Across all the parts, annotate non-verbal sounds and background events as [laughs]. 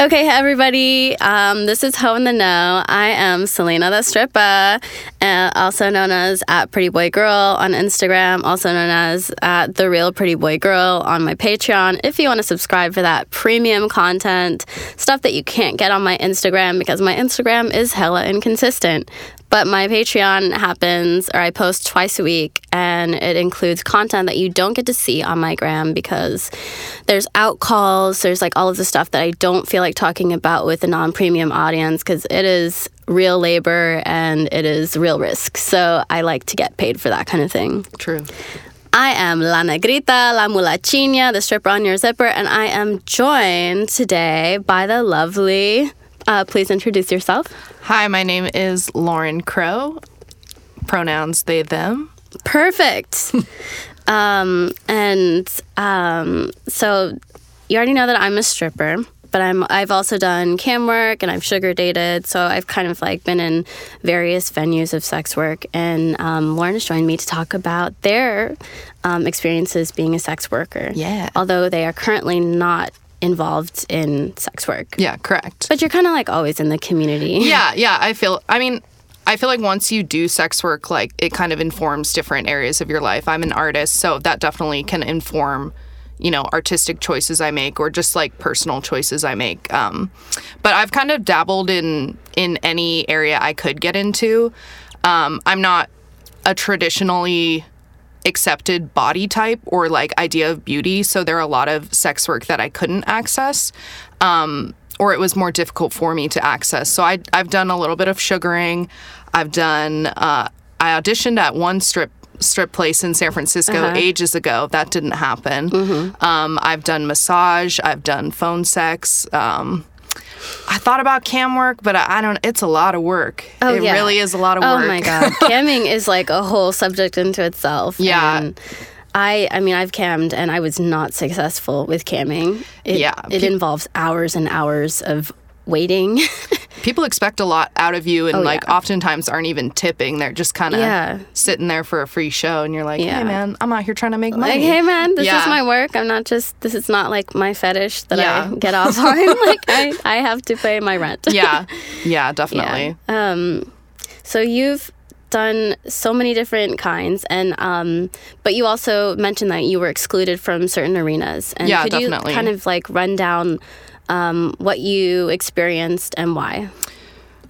Okay, everybody. Um, this is Ho in the Know. I am Selena the Stripper, uh, also known as at Pretty Boy Girl on Instagram, also known as at The Real Pretty Boy Girl on my Patreon. If you want to subscribe for that premium content, stuff that you can't get on my Instagram because my Instagram is hella inconsistent. But my Patreon happens, or I post twice a week, and it includes content that you don't get to see on my gram because there's out calls, there's like all of the stuff that I don't feel like talking about with a non premium audience because it is real labor and it is real risk. So I like to get paid for that kind of thing. True. I am La Negrita, La Mulachina, the stripper on your zipper, and I am joined today by the lovely. Uh, please introduce yourself. Hi, my name is Lauren Crow. Pronouns they them. [laughs] Perfect. um, and um, so you already know that I'm a stripper, but I'm I've also done cam work and I've sugar dated, so I've kind of like been in various venues of sex work. And um, Lauren has joined me to talk about their um, experiences being a sex worker. Yeah. although they are currently not involved in sex work, Yeah, correct. but you're kind of like always in the community. yeah, yeah, I feel I mean, I feel like once you do sex work like it kind of informs different areas of your life. I'm an artist, so that definitely can inform you know artistic choices i make or just like personal choices i make um, but i've kind of dabbled in in any area i could get into um, i'm not a traditionally accepted body type or like idea of beauty. So there are a lot of sex work that I couldn't access, um, or it was more difficult for me to access. So I, I've done a little bit of sugaring. I've done. Uh, I auditioned at one strip strip place in San Francisco Uh-huh. ages ago. That didn't happen. Mm-hmm. Um, I've done massage. I've done phone sex. Um, I thought about cam work, but I, I don't. It's a lot of work. Oh, it yeah. really is a lot of Oh work. my [laughs] god, camming is like a whole subject into itself. Yeah. And I I mean I've cammed and I was not successful with camming. It, Yeah. It involves hours and hours of waiting. [laughs] people expect a lot out of you and like oftentimes aren't even tipping they're just kind of Oh, Yeah. sitting there for a free show and you're like Yeah. hey man i'm out here trying to make money like, hey man, this Yeah. is my work. I'm not just this is not like my fetish that Yeah. I get off on. [laughs] [laughs] like I, I have to pay my rent. [laughs] yeah yeah definitely Yeah. Um, so you've done so many different kinds, and um, but you also mentioned that you were excluded from certain arenas. And Yeah, could definitely. you kind of like run down um, what you experienced and why?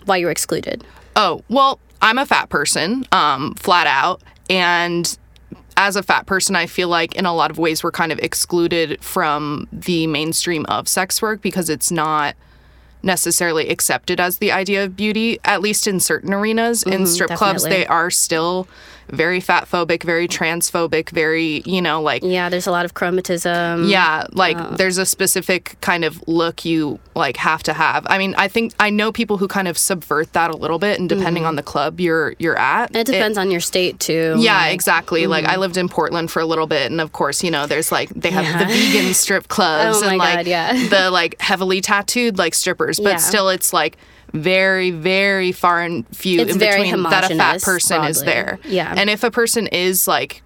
Why you were excluded? Oh, well, I'm a fat person, um, flat out. And as a fat person, I feel like in a lot of ways we're kind of excluded from the mainstream of sex work because it's not necessarily accepted as the idea of beauty, at least in certain arenas. in strip clubs, definitely. they are still very fat phobic, very transphobic, very, you know, like Yeah, there's a lot of chromatism. yeah, like there's a specific kind of look you like have to have. I mean, I think I know people who kind of subvert that a little bit, and depending on the club you're you're at, It depends on your state too. yeah, exactly. Like Mm-hmm. I lived in Portland for a little bit, and of course, you know, there's like they have the vegan strip clubs [laughs] Oh my and like God, yeah. the like heavily tattooed like strippers, but Yeah. still, it's like very, very far and few It's in very between that a fat homogenous, person is broadly. there. Yeah. and if a person is like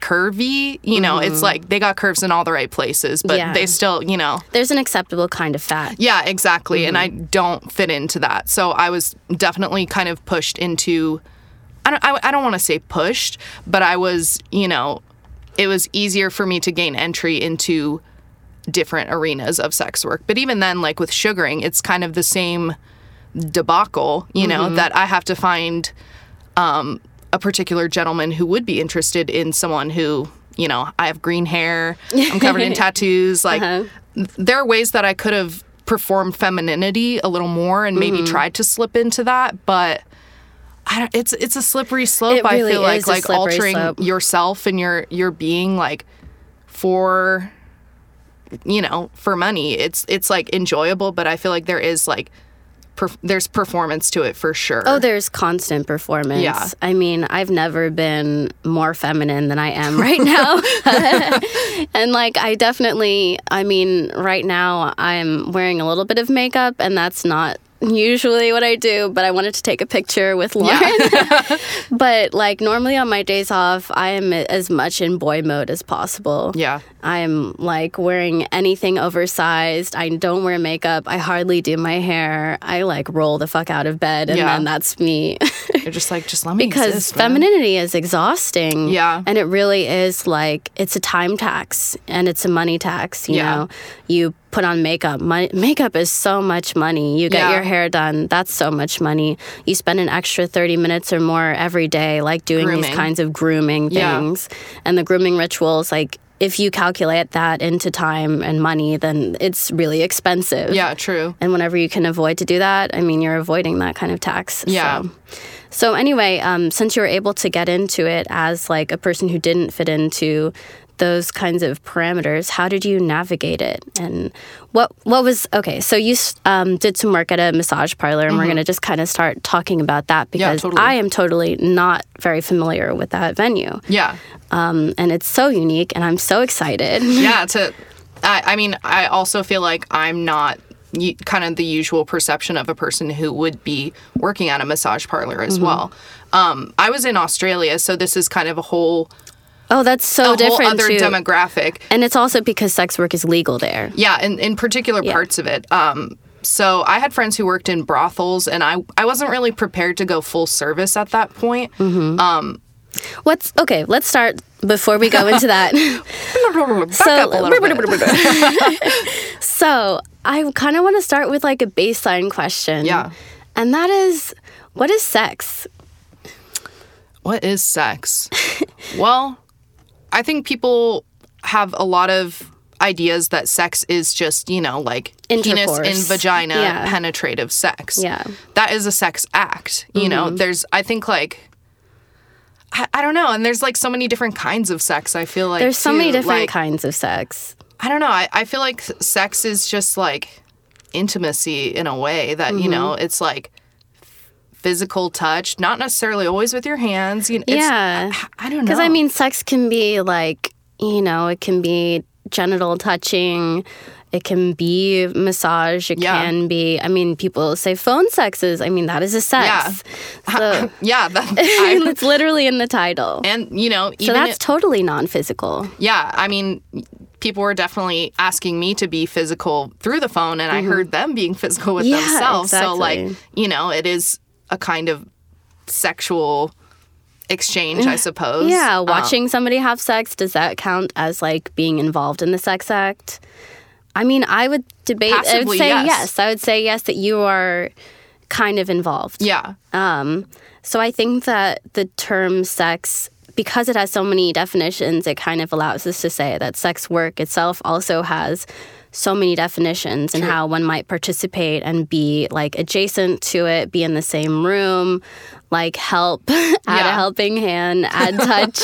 curvy, you know, it's like they got curves in all the right places, but Mm-hmm. Yeah. they still, you know, There's an acceptable kind of fat. yeah, exactly. And I don't fit into that. So I was definitely kind of pushed into I don't I, I don't want to say pushed, but I was, you know, it was easier for me to gain entry into different arenas of sex work. But even then like with sugaring, it's kind of the same debacle, you Mm-hmm. know, that I have to find um, a particular gentleman who would be interested in someone who, you know, I have green hair, I'm [laughs] covered in tattoos. Like, Uh-huh. th- there are ways that I could have performed femininity a little more and maybe Mm-hmm. tried to slip into that, but. I don't, it's it's a slippery slope. It I really feel like is a like slippery altering slope. yourself and your your being like for you know for money. It's it's like enjoyable, but I feel like there is like perf- there's performance to it for sure. Oh, there's constant performance. Yeah. I mean, I've never been more feminine than I am right [laughs] now. [laughs] and like I definitely, I mean, right now I'm wearing a little bit of makeup and that's not usually what I do, but I wanted to take a picture with Lauren. [laughs] [laughs] but like normally on my days off, I am as much in boy mode as possible. Yeah. I am like wearing anything oversized. I don't wear makeup. I hardly do my hair. I like roll the fuck out of bed and Yeah. then that's me. [laughs] You're just like, just let me because exist, man. femininity is exhausting. Yeah. And it really is like it's a time tax and it's a money tax. You Yeah. know, you put on makeup. Mon- makeup is so much money. You get Yeah. your hair done. That's so much money. You spend an extra thirty minutes or more every day, like doing Grooming. these kinds of grooming Yeah. things and the grooming rituals, like. If you calculate that into time and money, then it's really expensive. Yeah, true. And whenever you can avoid to do that, I mean, you're avoiding that kind of tax. Yeah. So, so anyway, um, since you were able to get into it as like a person who didn't fit into those kinds of parameters, how did you navigate it? And what what was okay? So you s- um, did some work at a massage parlor, and we're gonna just kind of start talking about that because Mm-hmm. totally. I am totally not very familiar with that venue, Yeah. um, and it's so unique, and I'm so excited. [laughs] yeah to I, I mean i also feel like i'm not y- kind of the usual perception of a person who would be working at a massage parlor Mm-hmm. as well um, i was in australia so this is kind of a whole Oh, that's so a whole different other too. demographic and it's also because sex work is legal there. yeah in, in particular parts of it um, so i had friends who worked in brothels and i, I wasn't really prepared to go full service at that point Mm-hmm. What's okay? Let's start before we go [laughs] into that. Back up a so, little bit. so I kind of want to start with like a baseline question. Yeah. And that is, what is sex? What [laughs] is sex? well, I think people have a lot of ideas that sex is just, you know, like penis Intercourse. and vagina Yeah. penetrative sex. Yeah. Mm-hmm. That is a sex act. You know, there's, I think, like, I, I don't know. And there's like so many different kinds of sex. I feel like There's so many too. different Like, kinds of sex. I don't know. I, I feel like sex is just like intimacy in a way that, you know, Mm-hmm. it's like physical touch, not necessarily always with your hands. You know, it's, Yeah. [sighs] I, I don't know. Because I mean, sex can be like, you know, it can be genital touching, it can be massage, it Yeah. can be, I mean, people say phone sexes. I mean, that is a sex. So, [laughs] [laughs] yeah, that, I, it's literally in the title. and you know, even so that's it- totally non physical. yeah. I mean, people were definitely asking me to be physical through the phone, and I heard them being [laughs] physical with Mm-hmm. Yeah, themselves. So like, exactly. you know, it is a kind of sexual exchange, I suppose. Mm. Yeah, Um, watching somebody have sex, does that count as like being involved in the sex act? I mean, I would debate I would Passively, say yes. yes. I would say yes that you are kind of involved. yeah, Um so I think that the term sex because it has so many definitions, it kind of allows us to say that sex work itself also has so many definitions and how one might participate and be like adjacent to it, be in the same room, like help, [laughs] add a Yeah. helping hand, add touch,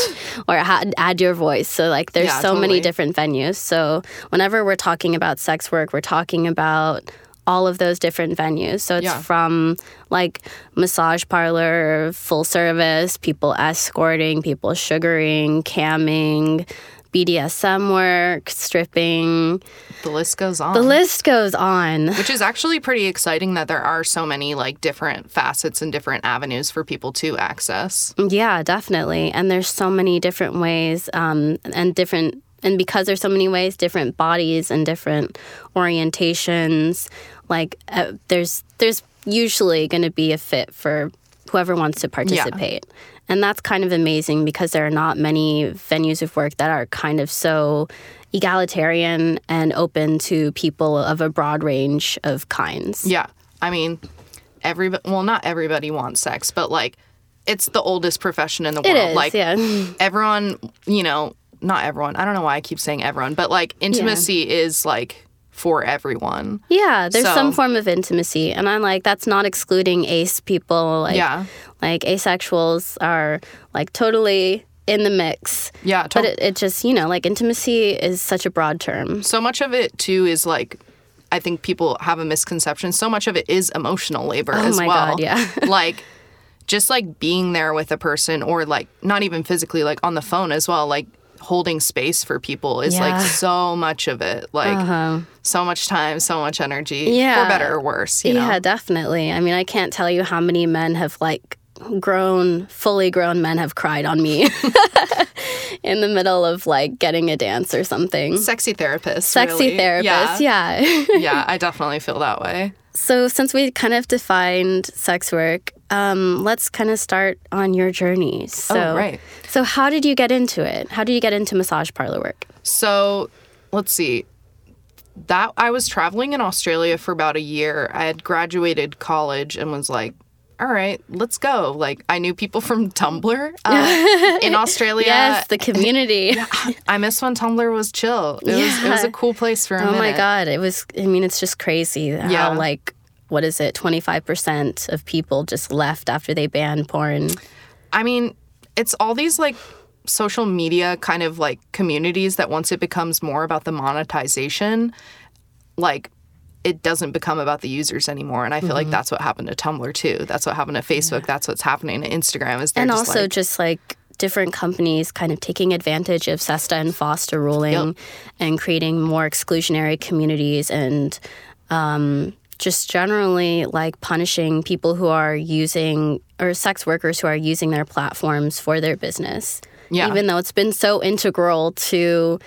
or ha- add your voice. So, like, there's Yeah, so many totally. different venues. So, whenever we're talking about sex work, we're talking about all of those different venues. So, it's Yeah. from like massage parlor, full service, people escorting, people sugaring, camming, BDSM work, stripping. the list goes on. The list goes on. which is actually pretty exciting that there are so many like different facets and different avenues for people to access. Yeah, definitely. And there's so many different ways um, and different, and because there's so many ways, different bodies and different orientations. Like uh, there's there's usually going to be a fit for whoever wants to participate. And that's kind of amazing because there are not many venues of work that are kind of so egalitarian and open to people of a broad range of kinds. Yeah. I mean, everybody, well, not everybody wants sex, but like, it's the oldest profession in the It world. is, like, yeah. everyone, you know, not everyone. I don't know why I keep saying everyone, but like, intimacy is like for everyone. Yeah, there's some So- form of intimacy, and I'm like, that's not excluding ace people. Like, Yeah. like asexuals are like totally in the mix. Yeah. But Totally. it, it just, you know, like intimacy is such a broad term. so much of it, too, is like, I think people have a misconception. So much of it is emotional labor as Oh my well. God, yeah. [laughs] like, just like being there with a person or like not even physically, like on the phone as well, like holding space for people is Yeah. like so much of it. Like, Uh-huh. so much time, so much energy, Yeah. for better or worse. You know? Yeah, definitely. I mean, I can't tell you how many men have like grown, fully grown men have cried on me [laughs] in the middle of like getting a dance or something. Sexy therapist. Sexy really. therapist, [laughs] yeah. Yeah. yeah, I definitely feel that way. so, since we kind of defined sex work, um, let's kind of start on your journey. So, Oh, right. So, how did you get into it? How did you get into massage parlor work? So let's see. That I was traveling in Australia for about a year. I had graduated college and was like, all right, let's go. Like, I knew people from [laughs] Tumblr uh, in [laughs] Australia. Yes, the [laughs] community. I miss when Tumblr was chill. It, was, it was Yeah. a cool place for a Oh my minute. god, it was I mean it's just crazy how Yeah. like what is it, 25% of people just left after they banned porn. I mean, it's all these like social media kind of like communities that once it becomes more about the monetization, like it doesn't become about the users anymore. And I feel Mm-hmm. like that's what happened to Tumblr too. That's what happened to Facebook. That's what's happening to Instagram. Is they're And just also like, just like different companies kind of taking advantage of SESTA and FOSTA ruling and creating more exclusionary communities and um, just generally like punishing people who are using or sex workers who are using their platforms for their business. Yeah. Even though it's been so integral to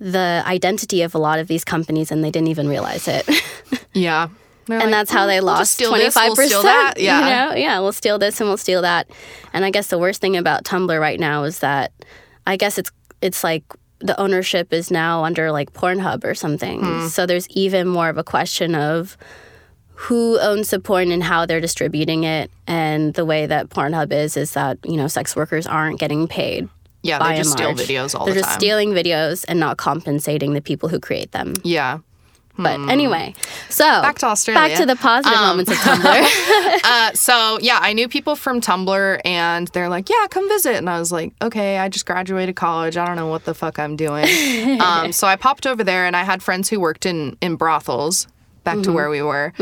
the identity of a lot of these companies and they didn't even realize it. [laughs] yeah. They're and like, that's how they lost steal twenty this, five we'll percent. steal that. Yeah. you know? yeah, we'll steal this and we'll steal that. And I guess the worst thing about Tumblr right now is that I guess it's it's like the ownership is now under like Pornhub or something. Hmm. So there's even more of a question of who owns the porn and how they're distributing it. And the way that Pornhub is is that you know sex workers aren't getting paid. yeah, by they just and steal large. videos all They're the just time. stealing videos and not compensating the people who create them. yeah. But anyway, so Hmm. Back to Australia. Back to the positive Um, moments [laughs] of Tumblr. uh, so yeah, I knew people from Tumblr, and they're like, "Yeah, come visit." And I was like, "Okay, I just graduated college. I don't know what the fuck I'm doing." um, so I popped over there, and I had friends who worked in in brothels. Back to where we were.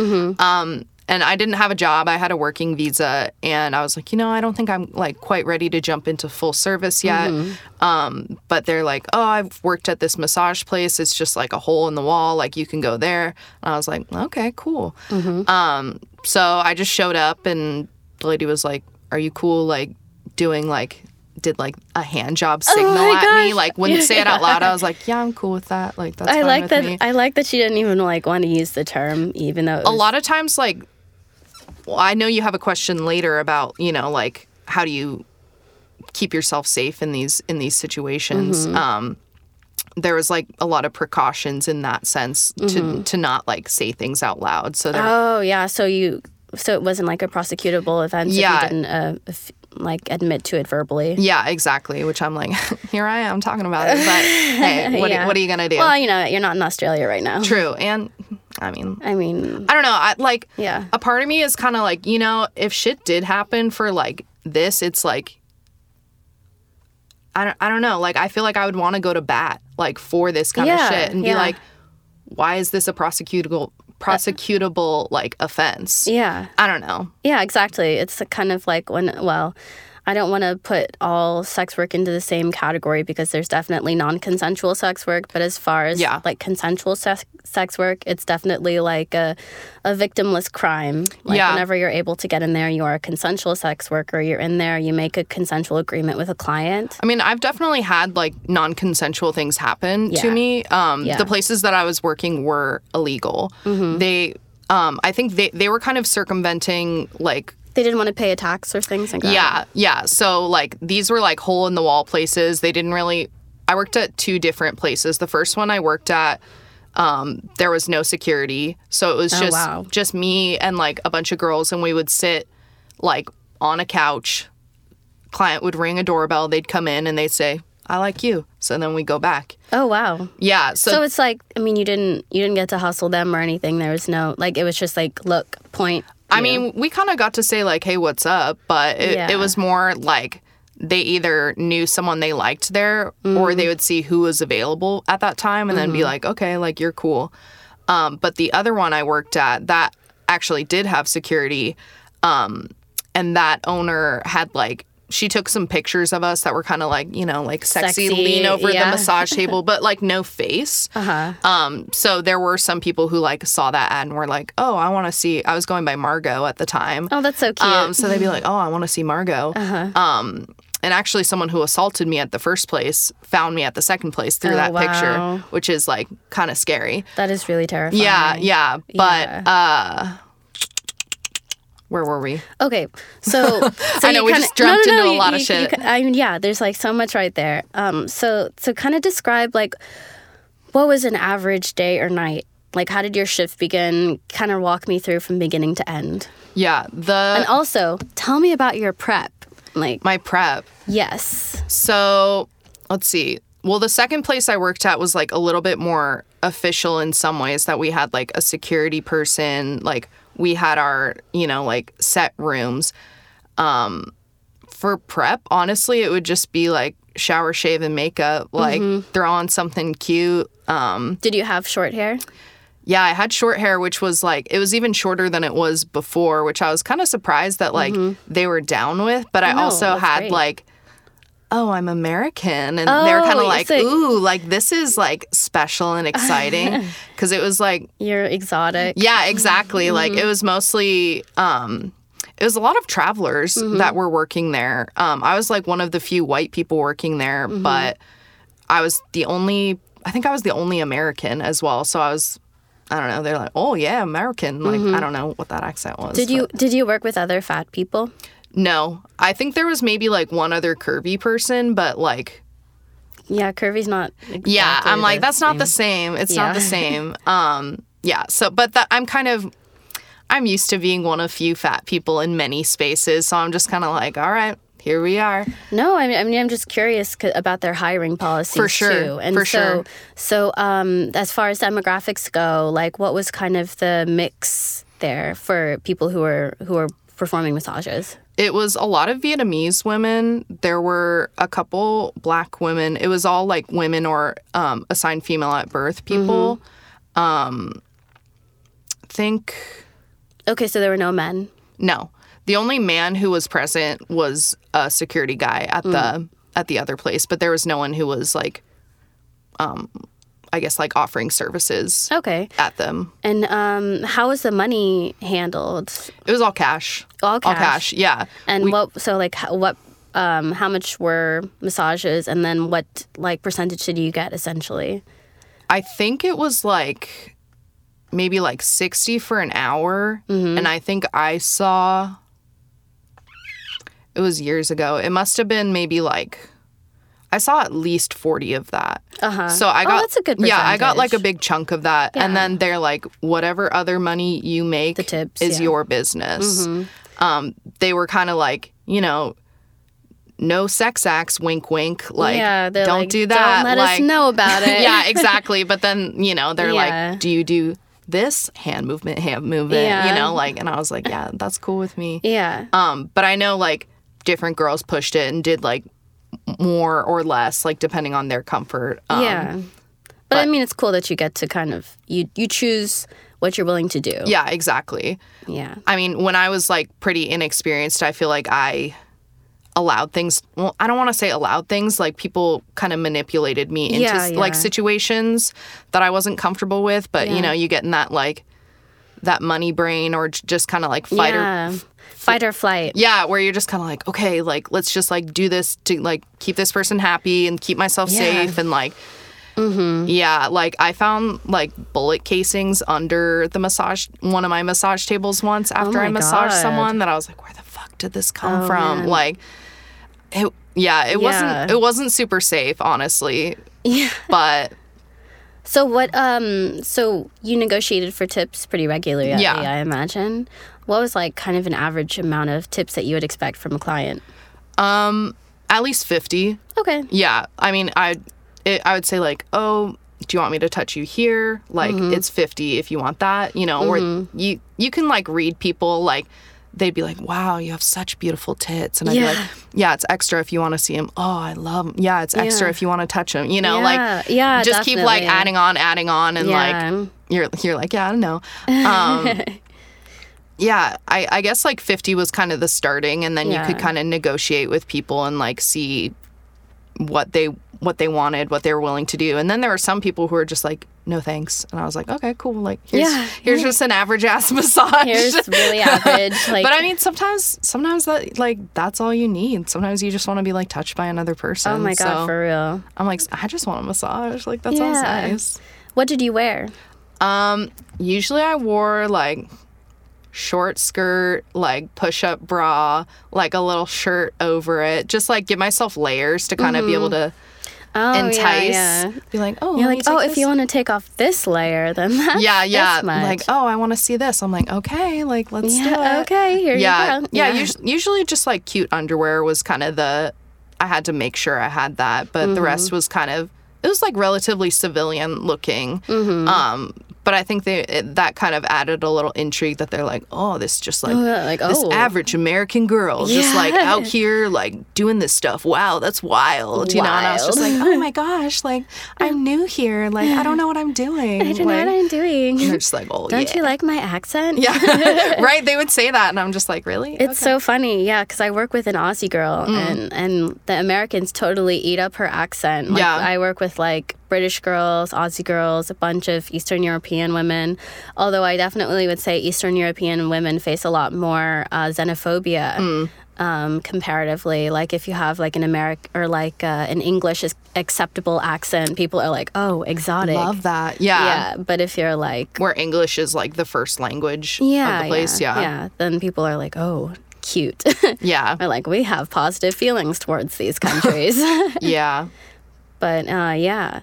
Um, and I didn't have a job. I had a working visa, and I was like, you know, I don't think I'm like quite ready to jump into full service yet. Um, but they're like, oh, I've worked at this massage place. It's just like a hole in the wall. Like you can go there. And I was like, okay, cool. Mm-hmm. Um, so I just showed up, and the lady was like, "Are you cool?" Like doing like did like a hand job signal Oh my at me. gosh. Like wouldn't say it out [laughs] loud. I was like, "Yeah, I'm cool with that." Like that's I fine like with that. me. I like that she didn't even like want to use the term, even though it a was, lot of times like well, i know you have a question later about you know like how do you keep yourself safe in these in these situations Mm-hmm. um there was like a lot of precautions in that sense Mm-hmm. to to not like say things out loud so there, Oh yeah, so you so it wasn't like a prosecutable offense Yeah. if you didn't uh, if, like admit to it verbally. yeah exactly which i'm like [laughs] here i am talking about it but [laughs] hey what, Yeah. what are you gonna do Well, you know, you're not in Australia right now. true and i mean I mean, I don't know. I like Yeah. A part of me is kind of like you know, if shit did happen for like this, it's like I don't. I don't know. Like I feel like I would want to go to bat like for this kind Yeah, of shit and yeah. be like, why is this a prosecutable prosecutable like offense? yeah. I don't know. Yeah, exactly. It's a kind of like when, well, I don't want to put all sex work into the same category because there's definitely non consensual sex work. But as far as Yeah. like consensual sex, sex work, it's definitely like a, a victimless crime. Like Yeah. whenever you're able to get in there, you are a consensual sex worker. You're in there, you make a consensual agreement with a client. I mean, I've definitely had like non-consensual things happen to Yeah. me. Um, Yeah. Mm-hmm. The places that I was working were illegal. They, um, I think they they were kind of circumventing like They didn't want to pay a tax or things like that. Yeah, yeah. So like these were like hole in the wall places. They didn't really. I worked at two different places. The first one I worked at, um, there was no security, so it was just wow. just me and like a bunch of girls, and we would sit like on a couch. Client would ring a doorbell. They'd come in and they'd say, "I like you." So then we go back. Oh, wow. Yeah. So, So it's like, I mean, you didn't you didn't get to hustle them or anything. There was no like, it was just like, look, point. I mean, we kind of got to say like, "Hey, what's up?" But it, Yeah. it was more like they either knew someone they liked there, or Mm-hmm. they would see who was available at that time, and then be like, "Okay, like you're cool." Um, but the other one I worked at that actually did have security, um, and that owner had like she took some pictures of us that were kind of like you know like sexy, Sexy, lean over yeah. the [laughs] massage table, but like no face. Uh-huh. Um, so there were some people who like saw that ad and were like, "Oh, I want to see." I was going by Margot at the time. Oh, that's so cute. Mm-hmm. Uh-huh. Um, so they'd be like, "Oh, I want to see Margot." Um, and actually, someone who assaulted me at the first place found me at the second place through Oh, that wow. picture, which is like kind of scary. that is really terrifying. Yeah, yeah. But uh, where were we? Okay, [laughs] so, so I know, you we kinda- just jumped into a lot of you shit. ca- I mean, yeah, there's like so much right there. Um, so so kind of describe like what was an average day or night? Like how did your shift begin? Kind of walk me through from beginning to end. Yeah, the And also tell me about your prep. Like Uh, my prep. yes, So let's see. Well, the second place I worked at was like a little bit more official in some ways that we had like a security person, like we had our, you know, like set rooms. Um, for prep, honestly, it would just be like shower, shave, and makeup, like throw on something cute. Um, did you have short hair? yeah, I had short hair, which was like, it was even shorter than it was before, which I was kind of surprised that like they were down with. But I Mm-hmm. No, also that's had great. like, oh, I'm American. And they were Oh, kind of it's like, like- ooh, like this is like special and [laughs] exciting. Cause it was like, You're exotic. yeah, exactly. Like Mm-hmm. it was mostly, um, it was a lot of travelers Mm-hmm. that were working there. Um, I was like one of the few white people working there, Mm-hmm. but I was the only. I think I was the only American as well. So I was, I don't know. They're like, oh yeah, American. Like I don't know what that accent was. Mm-hmm. Did you but- did you work with other fat people? No, I think there was maybe like one other curvy person, but like Yeah, curvy's not. yeah exactly i'm like the that's not the same it's Yeah. [laughs] not the same um yeah so but that i'm kind of i'm used to being one of few fat people in many spaces so i'm just kind of like all right here we are No, I mean, I mean I'm just curious c- about their hiring policies For sure, too. And for so, sure. so um, as far as demographics go, like what was kind of the mix there for people who are who are performing massages? it was a lot of vietnamese women there were a couple black women it was all like women or um, assigned female at birth people um Mm-hmm. think Okay, so there were no men. No. The only man who was present was a security guy at the at the other place, but there was no one who was like um I guess like offering services Okay, at them. and um, how was the money handled? It was all cash. All All cash. cash, yeah. And what? So like h- what? Um, how much were massages, and then what like percentage did you get essentially? I think it was like maybe like 60 for an hour Mm-hmm. and I think I saw it was years ago. It must have been maybe like I saw at least 40 of that. Uh-huh. So I Oh, got that's a good Yeah, I got like a percentage. big chunk of that and then they're like whatever other money you make The tips, is yeah. Mm-hmm. your business. Um they were kind of like, you know, no sex acts, wink, wink. Like, yeah, they're don't like, do that. Don't let us like, know about [laughs] it. [laughs] yeah, exactly. But then, you know, they're Yeah. like, do you do this hand movement, hand movement, Yeah. you know, like, and I was like, yeah, that's cool with me. yeah. Um, but I know like different girls pushed it and did like more or less, like depending on their comfort. Um, yeah. But, I mean, it's cool that you get to kind of you you choose what you're willing to do. Yeah, exactly. Yeah. I mean, when I was like pretty inexperienced, I feel like I allowed things. Well, I don't want to say allowed things. Like people kind of manipulated me into Yeah, s- like yeah. situations that I wasn't comfortable with. But Yeah. you know, you get in that like that money brain or j- just kind of like fight or yeah. Fight or flight. yeah, where you're just kind of like, okay, like let's just like do this to like keep this person happy and keep myself Yeah. Mm-hmm. safe and like. Yeah, like I found like bullet casings under the massage one of my massage tables once after Oh my I massaged God. Oh, someone that I was like, where the fuck did this come from? man. Like, it, yeah, it wasn't Yeah. it wasn't super safe, honestly. Yeah, but So what? Um. So you negotiated for tips pretty regularly. Yeah. I imagine. What was like kind of an average amount of tips that you would expect from a client? at least fifty. Okay. Yeah, I mean, I it, I would say like, oh, do you want me to touch you here? Like, Mm-hmm. it's fifty if you want that, you know. Or you you can like read people like they'd be like, wow, you have such beautiful tits, and I'd Yeah. be like, yeah, it's extra if you want to see them. Oh, I love 'em. Yeah, it's extra Yeah. if you want to touch them. You know, Yeah, like yeah, just keep like definitely. adding on, adding on, and Yeah. [laughs] like you're you're like, yeah, I don't know. Um, yeah, I, I guess like 50 was kind of the starting, and then Yeah. you could kind of negotiate with people and like see what they what they wanted, what they were willing to do. And then there were some people who were just like, no thanks. And I was like, okay, cool. Like, here's, Yeah. here's just an average ass [laughs] massage. Here's really average. Like, but I mean, sometimes, sometimes that like that's all you need. Sometimes you just want to be like touched by another person. oh my god, So for real. I'm like, I just want a massage. Like that sounds Yeah. nice. What did you wear? Um, usually I wore like short skirt, like push up bra, like a little shirt over it, just like give myself layers to kind of be able to Mm-hmm. Oh, yeah, entice. yeah. Be like, oh, You're let like, me oh, take if you this." want to take off this layer, then [laughs] that's yeah, yeah, This much. like oh, I want to see this. I'm like, okay, like let's do it. yeah, okay, here yeah, you go. yeah. usu- usually, just like cute underwear was kind of the. I had to make sure I had that, but the Mm-hmm. rest was kind of. It was like relatively civilian looking. Mm-hmm. Um, but I think they it, that kind of added a little intrigue that they're like, oh, this just like. yeah, like, this oh. average American girl just like Yeah. out here like doing this stuff. Wow, that's wild. You know, and I was just like, oh my gosh, like [laughs] I'm new here. Like I don't know what I'm doing. I don't know like, what I'm doing. and they're just like, [laughs] oh Don't [laughs] yeah. you like my accent? [laughs] [laughs] yeah. right. They would say that and I'm just like, really? It's so funny, yeah, because I work with an Aussie girl, Mm. and and the Americans totally eat up her accent. Like, Yeah. I work with like British girls, Aussie girls, a bunch of Eastern European women. Although I definitely would say Eastern European women face a lot more uh, xenophobia. Mm. Um, comparatively, like if you have like an American or like uh, an English is- acceptable accent, people are like, "Oh, exotic." Love that. Yeah. Yeah, but if you're like, Where English is like the first language yeah, of the place. Yeah. yeah, yeah, then people are like, "Oh, cute." [laughs] Yeah. are like we have positive feelings towards these [laughs] countries [laughs] Yeah. but uh, yeah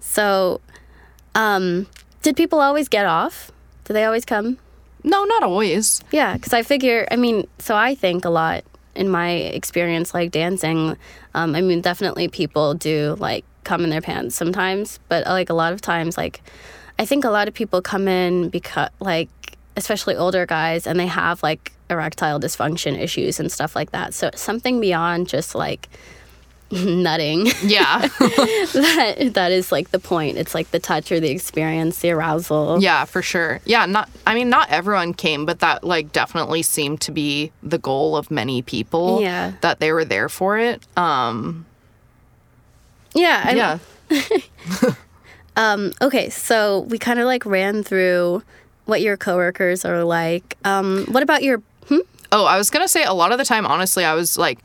so um, did people always get off do they always come No, not always. yeah because i figure i mean so i think a lot in my experience like dancing um, i mean definitely people do like come in their pants sometimes but like a lot of times like i think a lot of people come in because like especially older guys and they have like erectile dysfunction issues and stuff like that so it's something beyond just like [laughs] nutting [laughs] Yeah. that that is like the point it's like the touch or the experience the arousal yeah, for sure. Yeah. Not, I mean, not everyone came, but that like definitely seemed to be the goal of many people. Yeah. That they were there for it. Um, yeah, I- yeah. Okay, so we kind of like ran through what your coworkers are like. Um, what about your? Hmm? Oh, I was gonna say a lot of the time, honestly, I was like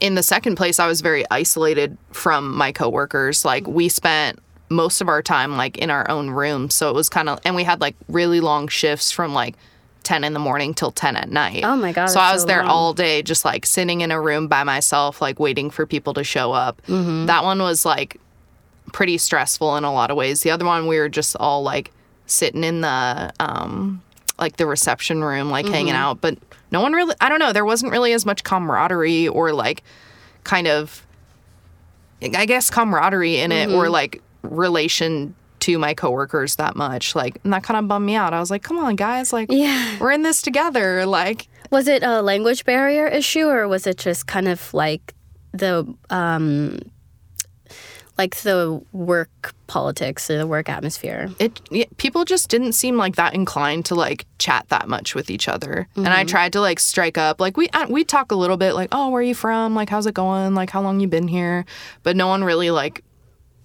in the second place, I was very isolated from my coworkers. Like we spent most of our time like in our own room. So it was kinda and we had like really long shifts from like ten in the morning till ten at night. Oh my God, So that's I was so there long. all day just like sitting in a room by myself, like waiting for people to show up. Mm-hmm. That one was like pretty stressful in a lot of ways. The other one, we were just all like sitting in the um, like the reception room, like hanging out. But no one really, I don't know. There wasn't really as much camaraderie or like kind of, I guess camaraderie in it or like relation to my coworkers that much. Like, and that kind of bummed me out. I was like, come on, guys, like Yeah. we're in this together. Like, Was it a language barrier issue, or was it just kind of like the um, like the work politics or the work atmosphere? it yeah, people just didn't seem like that inclined to like chat that much with each other and Mm-hmm. i tried to like strike up like we uh, we talk a little bit like oh where are you from like how's it going like how long you been here but no one really like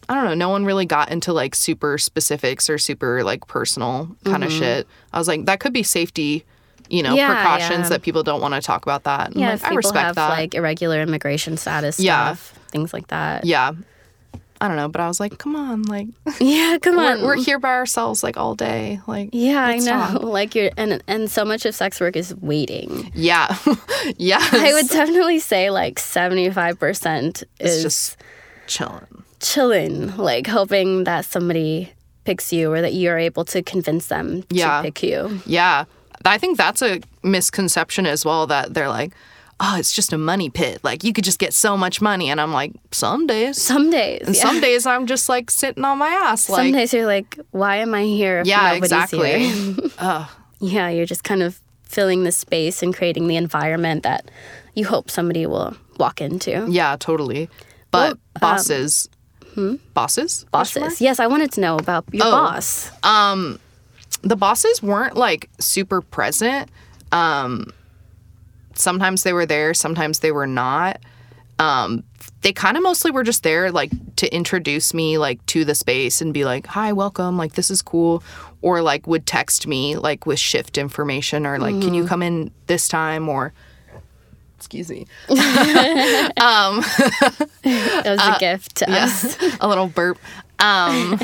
i don't know no one really got into like super specifics or super like personal kind of shit i was like that could be safety you know Mm-hmm. Yeah, precautions yeah. that people don't want to talk about that and Yeah, like, if i people respect have that like irregular immigration status, Yeah. stuff, things like that. yeah i don't know but i was like come on like [laughs] Yeah, come on. we're, we're here by ourselves like all day like yeah, I let's know. talk. [laughs] Like you're, and and so much of sex work is waiting. [laughs] Yeah. yeah. I would definitely say like 75% it's is just chilling. chilling, like hoping that somebody picks you or that you're able to convince them Yeah. to pick you. Yeah. I think that's a misconception as well that they're like, oh, it's just a money pit. Like you could just get so much money. And I'm like, some days. Some days. and yeah. [laughs] some days I'm just like sitting on my ass. Like, Some days you're like, why am I here if yeah, nobody's exactly. here? [laughs] Yeah, you're just kind of filling the space and creating the environment that you hope somebody will walk into. [laughs] yeah, totally. But bosses. Bosses? Question mark? um, hmm? Bosses. Yes, I wanted to know Oh. about your boss. the bosses weren't like super present. Um, sometimes they were there, sometimes they were not. Um, they kind of mostly were just there like to introduce me like to the space and be like, "Hi, welcome. Like this is cool." Or like would text me like with shift information or like, "Can you come in this time?" or excuse me. [laughs] It was Uh, a gift to us. a little burp. Um,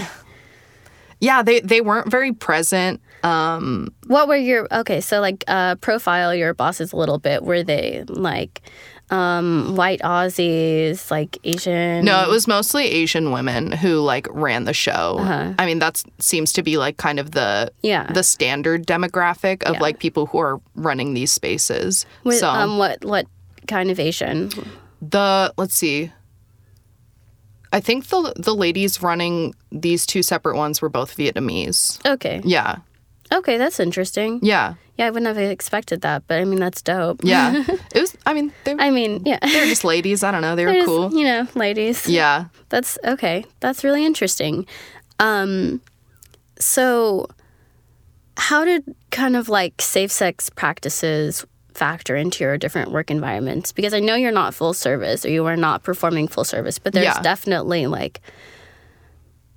[laughs] yeah, they they weren't very present. What were your okay? So like uh, profile your bosses a little bit. Were they like um, white Aussies, like Asian? No, it was mostly Asian women who like ran the show. I mean, that seems to be like kind of the Uh-huh. Yeah. the standard demographic of Yeah. like people who are running these spaces. With, so um, what what kind of Asian? the let's see. I think the the ladies running these two separate ones were both Vietnamese. Okay, Yeah. okay, that's interesting. Yeah. Yeah, I wouldn't have expected that, but I mean that's dope. Yeah. it was I mean, they [laughs] I mean, yeah, [laughs] they're just ladies, I don't know. They were There's, cool. You know, ladies. Yeah. That's okay. That's really interesting. Um, so, how did kind of like safe sex practices factor into your different work environments? Because I know you're not full service or you are not performing full service, but there's Yeah. definitely like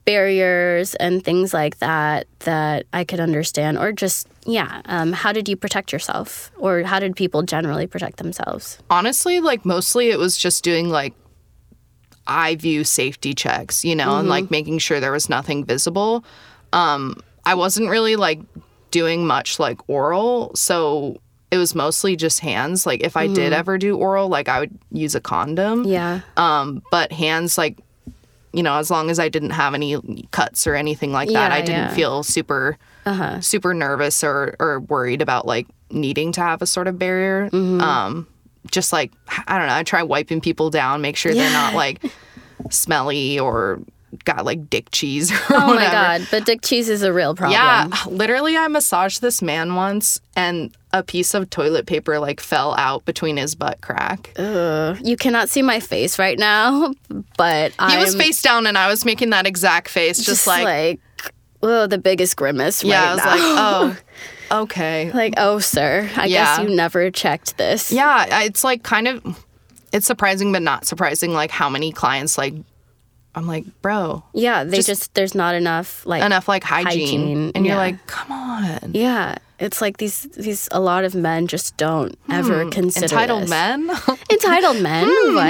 barriers and things like that that I could understand. Or just, yeah, um, how did you protect yourself? Or how did people generally protect themselves? honestly, like mostly it was just doing like eye view safety checks, you know, and like making sure there was nothing visible. Um, I wasn't really like doing much like oral, so it was mostly just hands. Like if I did ever do oral, like I would use a condom. Yeah. Um, but hands like you know, as long as I didn't have any cuts or anything like that, Yeah, I didn't yeah. Uh-huh. feel super super nervous or or worried about like needing to have a sort of barrier. Mm-hmm. Um just like I don't know, I try wiping people down, make sure they're not like smelly or got like dick cheese [laughs] or Oh whatever. my God. But dick cheese is a real problem. Yeah, literally, I massaged this man once, and a piece of toilet paper like fell out between his butt crack. You cannot see my face right now, [laughs] but I he was am face down, and I was making that exact face, just, just like, like, oh, the biggest grimace right yeah. I was now. [laughs] like, oh, okay, like, oh, sir, I Yeah. guess you never checked this. yeah. I- It's like kind of, it's surprising but not surprising, like how many clients like, I'm like, bro, Yeah, they just, there's not enough like enough like hygiene, Hygiene, and you're yeah. like, come on, Yeah, it's like these these a lot of men just don't ever consider Hmm, entitled this. men. [laughs] Hmm. Entitled men,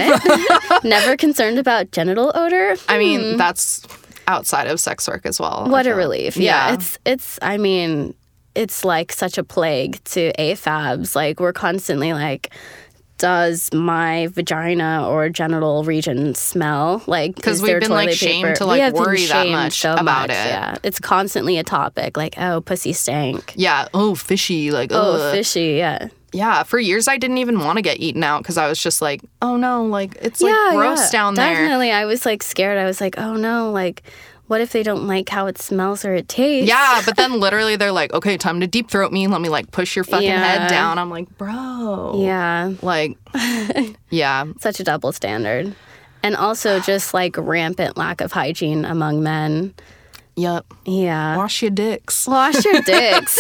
what? never concerned about genital odor. I mean, that's outside of sex work as well. I Hmm. What a feel. relief. Yeah. It's it's I mean, it's like such a plague to AFABs. Like we're constantly like does my vagina or genital region smell like 'Cause is we've there been, like, toilet shamed paper? to, We like, have been worry that shamed much so about much, it. yeah it's constantly a topic like oh pussy stank Yeah. Oh, fishy. Like, oh oh, fishy yeah yeah. For years, I didn't even want to get eaten out because I was just like, oh no, like it's like gross down there. definitely I was like scared I was like oh no like what if they don't like how it smells or it [laughs] tastes Yeah, but then literally they're like, okay, time to deep throat me. Let me like push your fucking Yeah. head down. I'm like, bro. yeah [laughs] Like, yeah. such a double standard. And also just like rampant lack of hygiene among men. Yep. Yeah. Wash your dicks. Wash your dicks.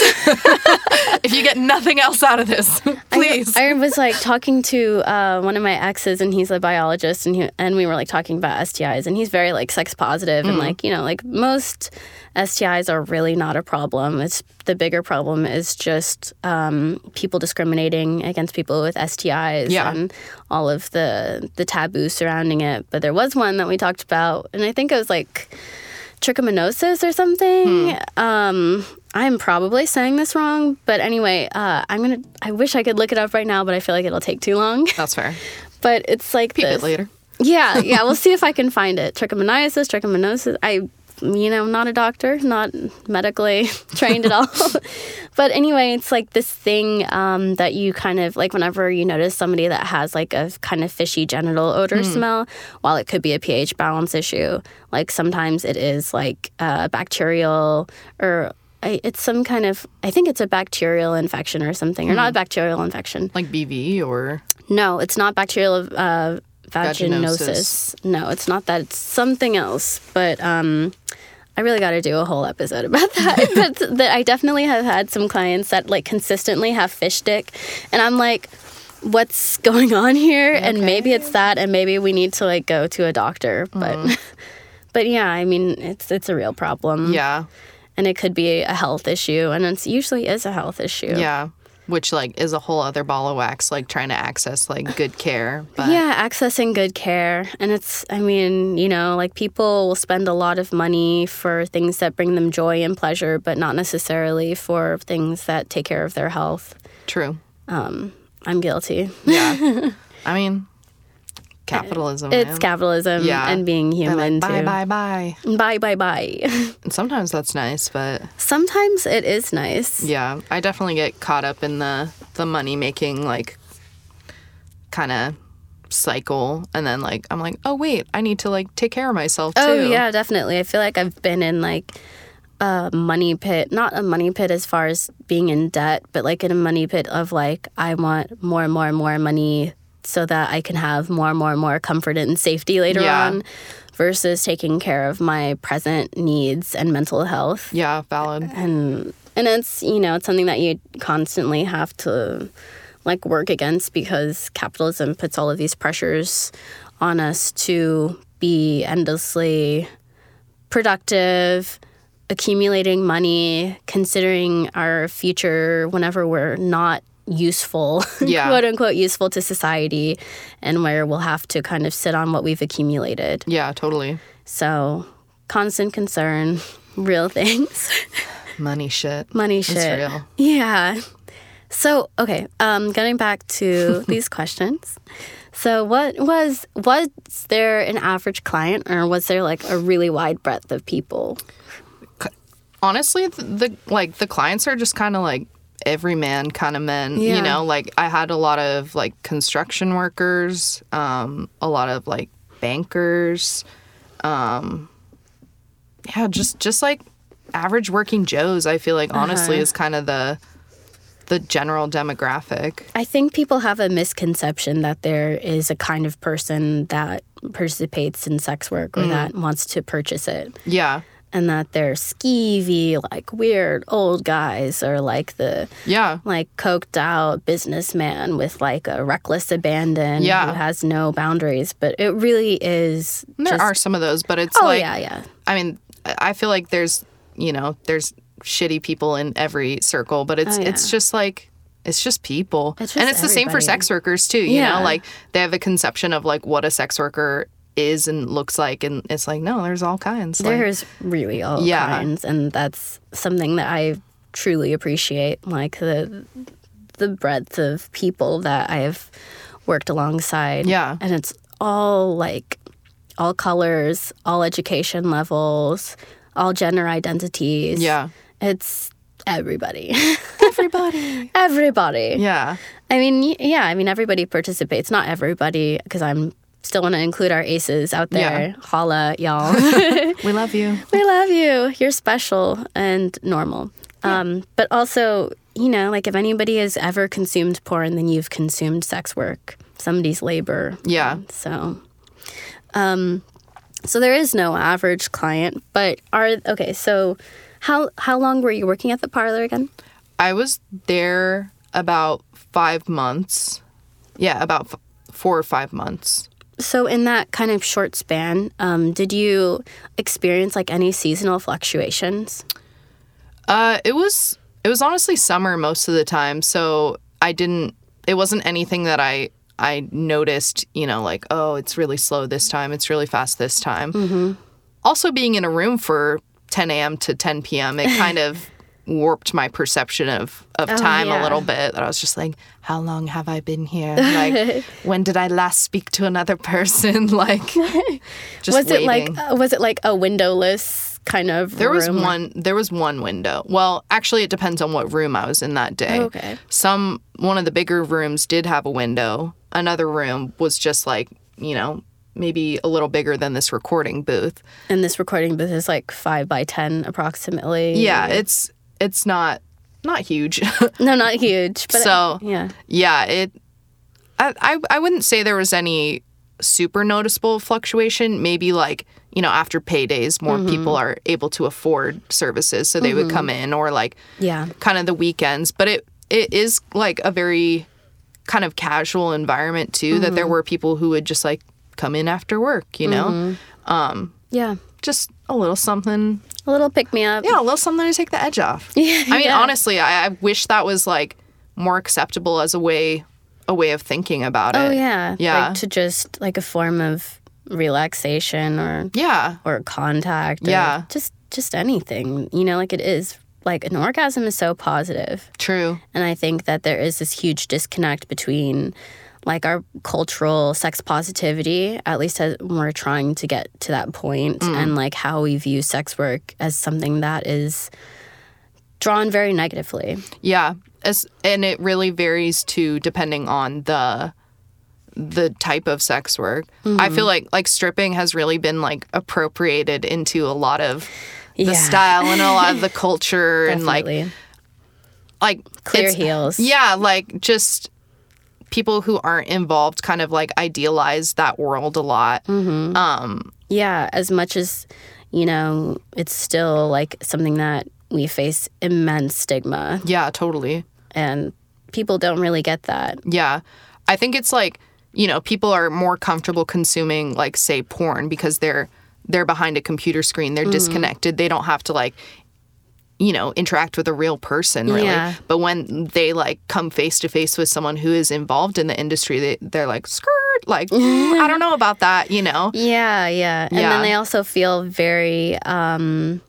if you get nothing else out of this, [laughs] please. I was like talking to uh, one of my exes, and he's a biologist, and he, and we were like talking about STIs, and he's very like sex positive Mm-hmm. and like you know like most STIs are really not a problem. It's the bigger problem is just um, people discriminating against people with STIs Yeah. and all of the the taboo surrounding it. But there was one that we talked about, and I think it was like trichomoniasis or Hmm. something. Um, I'm probably saying this wrong, but anyway, uh, I'm gonna. I wish I could look it up right now, but I feel like it'll take too long. [laughs] That's fair. But it's like Peep this. it later. Yeah, yeah. We'll see if I can find it. Trichomoniasis, trichomoniasis. I, you know, not a doctor, not medically [laughs] trained at all. but anyway, it's like this thing um, that you kind of like whenever you notice somebody that has like a kind of fishy genital odor smell, while it could be a pH balance issue, like sometimes it is like uh, bacterial or. I, it's some kind of I think it's a bacterial infection or something, or not a bacterial infection. Like BV or No, it's not bacterial uh, vaginosis. Vaginosis. No, it's not that. It's something else. But um, I really got to do a whole episode about [laughs] [laughs] that. but that I definitely have had some clients that like consistently have fish dick, and I'm like, what's going on here? And maybe it's that, and maybe we need to like go to a doctor. But Mm. [laughs] but yeah, I mean, it's it's a real problem. Yeah. and it could be a health issue, and it usually is a health issue. Yeah. Which like is a whole other ball of wax, like trying to access like good [laughs] care. But Yeah, accessing good care. And it's, I mean, you know, like people will spend a lot of money for things that bring them joy and pleasure, but not necessarily for things that take care of their health. [laughs] true. I'm guilty. Yeah. I mean capitalism. It's man. capitalism Yeah. and being They're human like, bye too. bye bye. Bye, bye, bye. [laughs] And sometimes that's nice, but Sometimes it is nice. yeah, I definitely get caught up in the the money making like kind of cycle and then like I'm like, "Oh wait, I need to like take care of myself too." Oh yeah, definitely. I feel like I've been in like a money pit, not a money pit as far as being in debt, but like in a money pit of like I want more and more and more money so that I can have more and more and more comfort and safety later Yeah. on versus taking care of my present needs and mental health. Yeah, valid. And and it's, you know, it's something that you constantly have to like work against because capitalism puts all of these pressures on us to be endlessly productive, accumulating money, considering our future whenever we're not useful, [laughs] Yeah. quote unquote useful to society and where we'll have to kind of sit on what we've accumulated. Yeah, totally. So, constant concern, [laughs] real things. Money shit. money shit. real. Yeah. So okay, um, getting back to these questions. So what was was there an average client, or was there like a really wide breadth of people? honestly the, the like the clients are just kind of like everyman kind of men Yeah. you know like i had a lot of like construction workers um a lot of like bankers um yeah just just like average working joes i feel like honestly Uh-huh. is kind of the the general demographic I think people have a misconception that there is a kind of person that participates in sex work or that wants to purchase it. yeah And that they're skeevy, like weird old guys, or like the yeah like coked out businessman with like a reckless abandon Yeah. who has no boundaries. But it really is And there just- are some of those but it's oh like yeah, yeah. I mean, I feel like there's, you know, there's shitty people in every circle, but it's Oh, yeah. it's just like it's just people. It's and just it's the same for everybody. sex workers too, you Yeah. know, like they have a conception of like what a sex worker is and looks like and it's like no, there's all kinds. Like, There's really all Yeah. kinds and that's something that I truly appreciate. Like the the breadth of people that I've worked alongside. Yeah. And it's all like all colors, all education levels, all gender identities. Yeah. It's everybody. everybody. [laughs] everybody. Yeah. I mean, y- yeah, I mean, everybody participates. Not everybody, because I'm still want to include our aces out there. Holla, y'all. We love you. we love you. You're special and normal. Um, but also, you know, like if anybody has ever consumed porn, then you've consumed sex work, somebody's labor. Yeah. So, um, so there is no average client, but are okay. So, how how long were you working at the parlor again? I was there about 5 months. Yeah, about f- 4 or 5 months. So, in that kind of short span, um, did you experience like any seasonal fluctuations? Uh, it was it was honestly summer most of the time, so I didn't. It wasn't anything that I I noticed. You know, like oh, it's really slow this time. It's really fast this time. Mm-hmm. Also, being in a room for 10 a.m. to 10 p.m. it kind [laughs] of warped my perception of of time Oh, yeah. a little bit. That I was just like, how long have I been here? [laughs] Like, when did I last speak to another person? [laughs] like, just Was it like waiting. uh, was it like a windowless kind of There was room? one. There was one window. Well, actually, it depends on what room I was in that day. Oh, Okay. Some one of the bigger rooms did have a window. Another room was just like you know maybe a little bigger than this recording booth. and this recording booth is like five by ten approximately. Yeah, it's it's not not huge. [laughs] no, not huge, but So- yeah, yeah, it. I, I I wouldn't say there was any super noticeable fluctuation. Maybe like, you know, after paydays, Mm-hmm. more people are able to afford services. So they would come in or like Yeah. kind of the weekends. But it it is like a very kind of casual environment too, that Mm-hmm. there were people who would just like come in after work, you know? Mm-hmm. Um, Yeah. Just a little something A little pick me up. yeah, a little something to take the edge [laughs] off. Yeah, I mean, yeah. honestly, I, I wish that was like more acceptable as a way a way of thinking about Oh it. yeah. Yeah. Like to just like a form of relaxation or Yeah. or contact. or Yeah. Just just anything. You know, like it is like an orgasm is so positive. True. And I think that there is this huge disconnect between like our cultural sex positivity, at least as we're trying to get to that point, Mm. and like how we view sex work as something that is drawn very negatively. Yeah. As, and it really varies too depending on the the type of sex work. Mm-hmm. I feel like like stripping has really been like appropriated into a lot of the Yeah. style and a lot of the [laughs] culture and like Definitely. like clear it's- heels. Yeah, like just people who aren't involved kind of like idealize that world a lot. Mm. Um, Yeah, as much as, you know, it's still like something that we face immense stigma yeah, totally. and people don't really get that. Yeah. I think it's like, you know, people are more comfortable consuming like say porn because they're they're behind a computer screen, Mm-hmm. they're disconnected. They don't have to like you know, interact with a real person really. Yeah. But when they like come face to face with someone who is involved in the industry, they they're like skirt like [laughs] "Mm, I don't know about that, you know. Yeah, yeah. And Yeah. then they also feel very um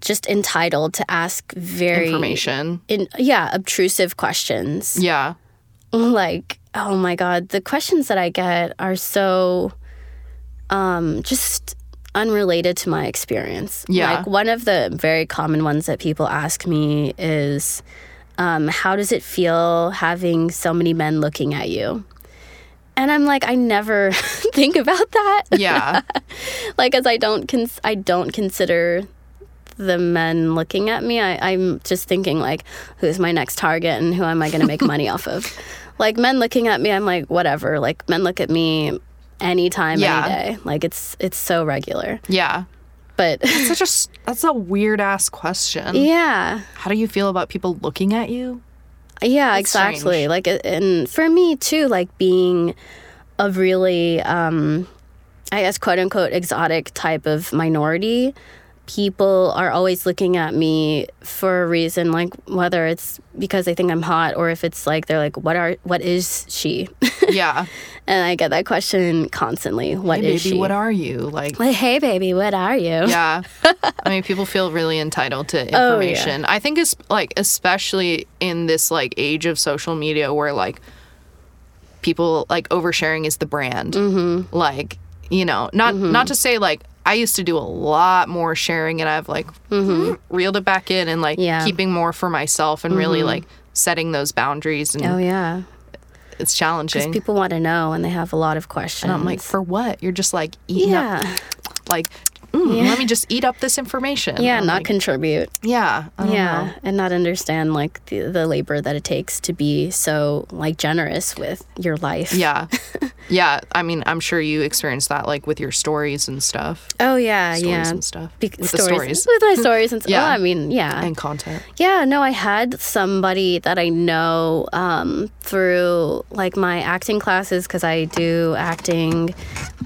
just entitled to ask very Information. in yeah, obtrusive questions. Yeah. Like, oh my god, the questions that I get are so um just unrelated to my experience. Yeah. Like one of the very common ones that people ask me is um, how does it feel having so many men looking at you? And I'm like, I never [laughs] think about that. [laughs] Yeah. like as I don't cons- I don't consider the men looking at me. I, I'm just thinking like, who's my next target and who am I going to make money off of? Like men looking at me, I'm like whatever. Like men look at me anytime, Yeah. any day. Like it's it's so regular. yeah. But Such a s- that's a weird ass question. yeah, How do you feel about people looking [laughs] at you? Yeah, exactly. strange. Like, it- and for me too, like being a really, um, I guess, quote unquote, exotic type of minority, people are always looking at me for a reason, like whether it's because they think I'm hot or if it's like they're like, what are, what is she? [laughs] Yeah. and I get that question constantly. What is Hey, she? baby, what are you? Like like, hey, baby, what are you? [laughs] Yeah. I mean, people feel really entitled Oh, to information. I think it's like especially in this like age of social media where like people like oversharing is the brand. Mm-hmm. Like, you know, not Mm-hmm. not to say like I used to do a lot more sharing and I've like reeled it back in and like Mm-hmm. Yeah. keeping more for myself and really like setting those boundaries and Oh, yeah. it's challenging. People want to know and they have a lot of questions. And I'm like, for what? You're just like eating yeah. up, like, mm, let me just eat up this information. Yeah, I'm not like, contribute. yeah, I don't yeah know. and not understand like the, the labor that it takes to be so like generous with your life yeah, [laughs] yeah. I mean, I'm sure you experienced that, like with your stories and stuff, oh yeah stories yeah and stuff, Be- with the stories with my stories and [laughs] Yeah. yeah i mean yeah and content. yeah no i had somebody that i know um, through like my acting classes because i do acting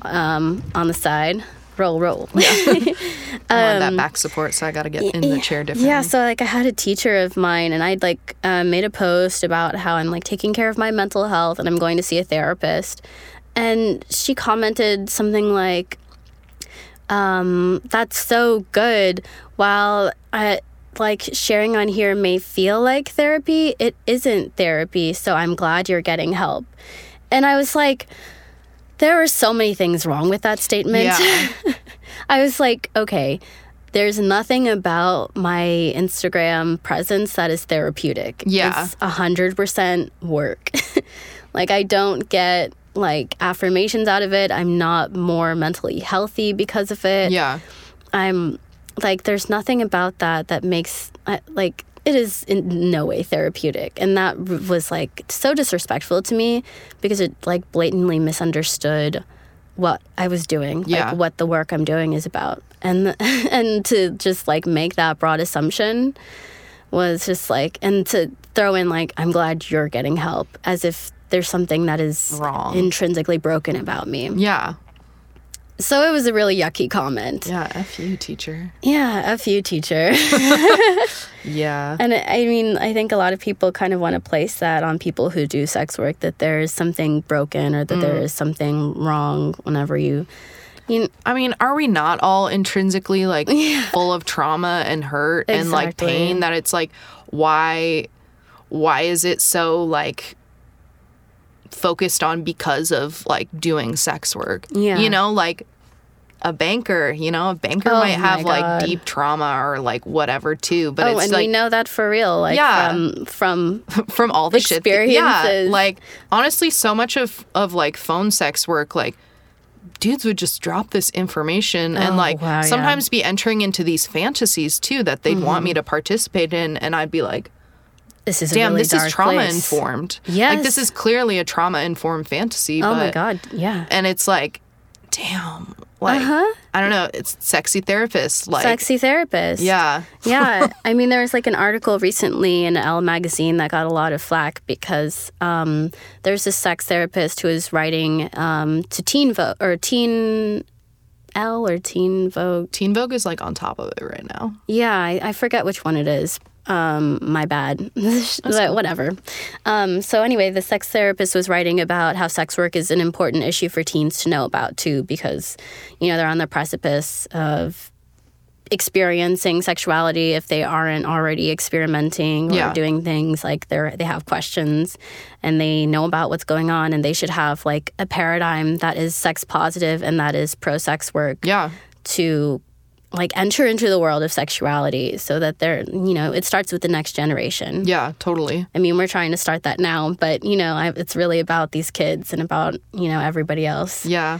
um, on the side roll roll [laughs] I wanted that back support, so I got to get in the chair differently. Um, Yeah, so like I had a teacher of mine, and I'd like uh, made a post about how I'm like taking care of my mental health and I'm going to see a therapist. And she commented something like, um, That's so good. While I, like sharing on here may feel like therapy, it isn't therapy. So I'm glad you're getting help. And I was like, there are so many things wrong with that statement. [laughs] Yeah. I was like, okay, there's nothing about my Instagram presence that is therapeutic. Yeah. It's 100% work. [laughs] like, I don't get like affirmations out of it. I'm not more mentally healthy because of it. yeah, I'm like, there's nothing about that that makes, uh, like, it is in no way therapeutic and that r- was like so disrespectful to me because it like blatantly misunderstood what i was doing Yeah. like what the work i'm doing is about and [laughs] and to just like make that broad assumption was just like and to throw in like i'm glad you're getting help as if there's something that is Wrong. intrinsically broken about me Yeah. so it was a really yucky comment Yeah. F you, teacher. yeah a few [laughs] teacher Yeah. And I I mean, I think a lot of people kind of want to place that on people who do sex work that there is something broken or that there Mm. is something wrong whenever you, you I mean, are we not all [laughs] intrinsically like full of trauma and hurt and like Exactly. pain that it's like why why is it so like focused on because of like doing sex work? Yeah. You know, like a banker, you know, a banker Oh might have my like God. deep trauma or like whatever too, but oh, it's and like we know that for real, like Yeah. from from from all the shit. that- Yeah, Experiences. like honestly, so much of of like phone sex work, like dudes would just drop this information and Oh, like wow, yeah. sometimes be entering into these fantasies too that they'd Mm-hmm. want me to participate in, and I'd be like, this is a damn, really this is dark trauma place. informed. Yeah, like this Yes. is clearly a trauma informed fantasy. Oh but, my god, yeah. And it's like, damn, like Uh-huh. I don't know, it's sexy therapist, like Sexy therapist. yeah, [laughs] yeah. I mean, there was like an article recently in Elle magazine that got a lot of flack because um, there's this sex therapist who is writing um, to Teen Vogue or Teen Elle or Teen Vogue. Teen Vogue is like on top of it right now. Yeah, I, I forget which one it is. Um, my bad. [laughs] but whatever. Um, so anyway, the sex therapist was writing about how sex work is an important issue for teens to know about too, because you know they're on the precipice of experiencing sexuality if they aren't already experimenting or Yeah. doing things like they're they have questions and they know about what's going on and they should have like a paradigm that is sex positive and that is pro sex work Yeah, to like enter into the world of sexuality so that they're you know it starts with the next generation yeah, totally. i mean we're trying to start that now but you know I, it's really about these kids and about you know everybody else Yeah,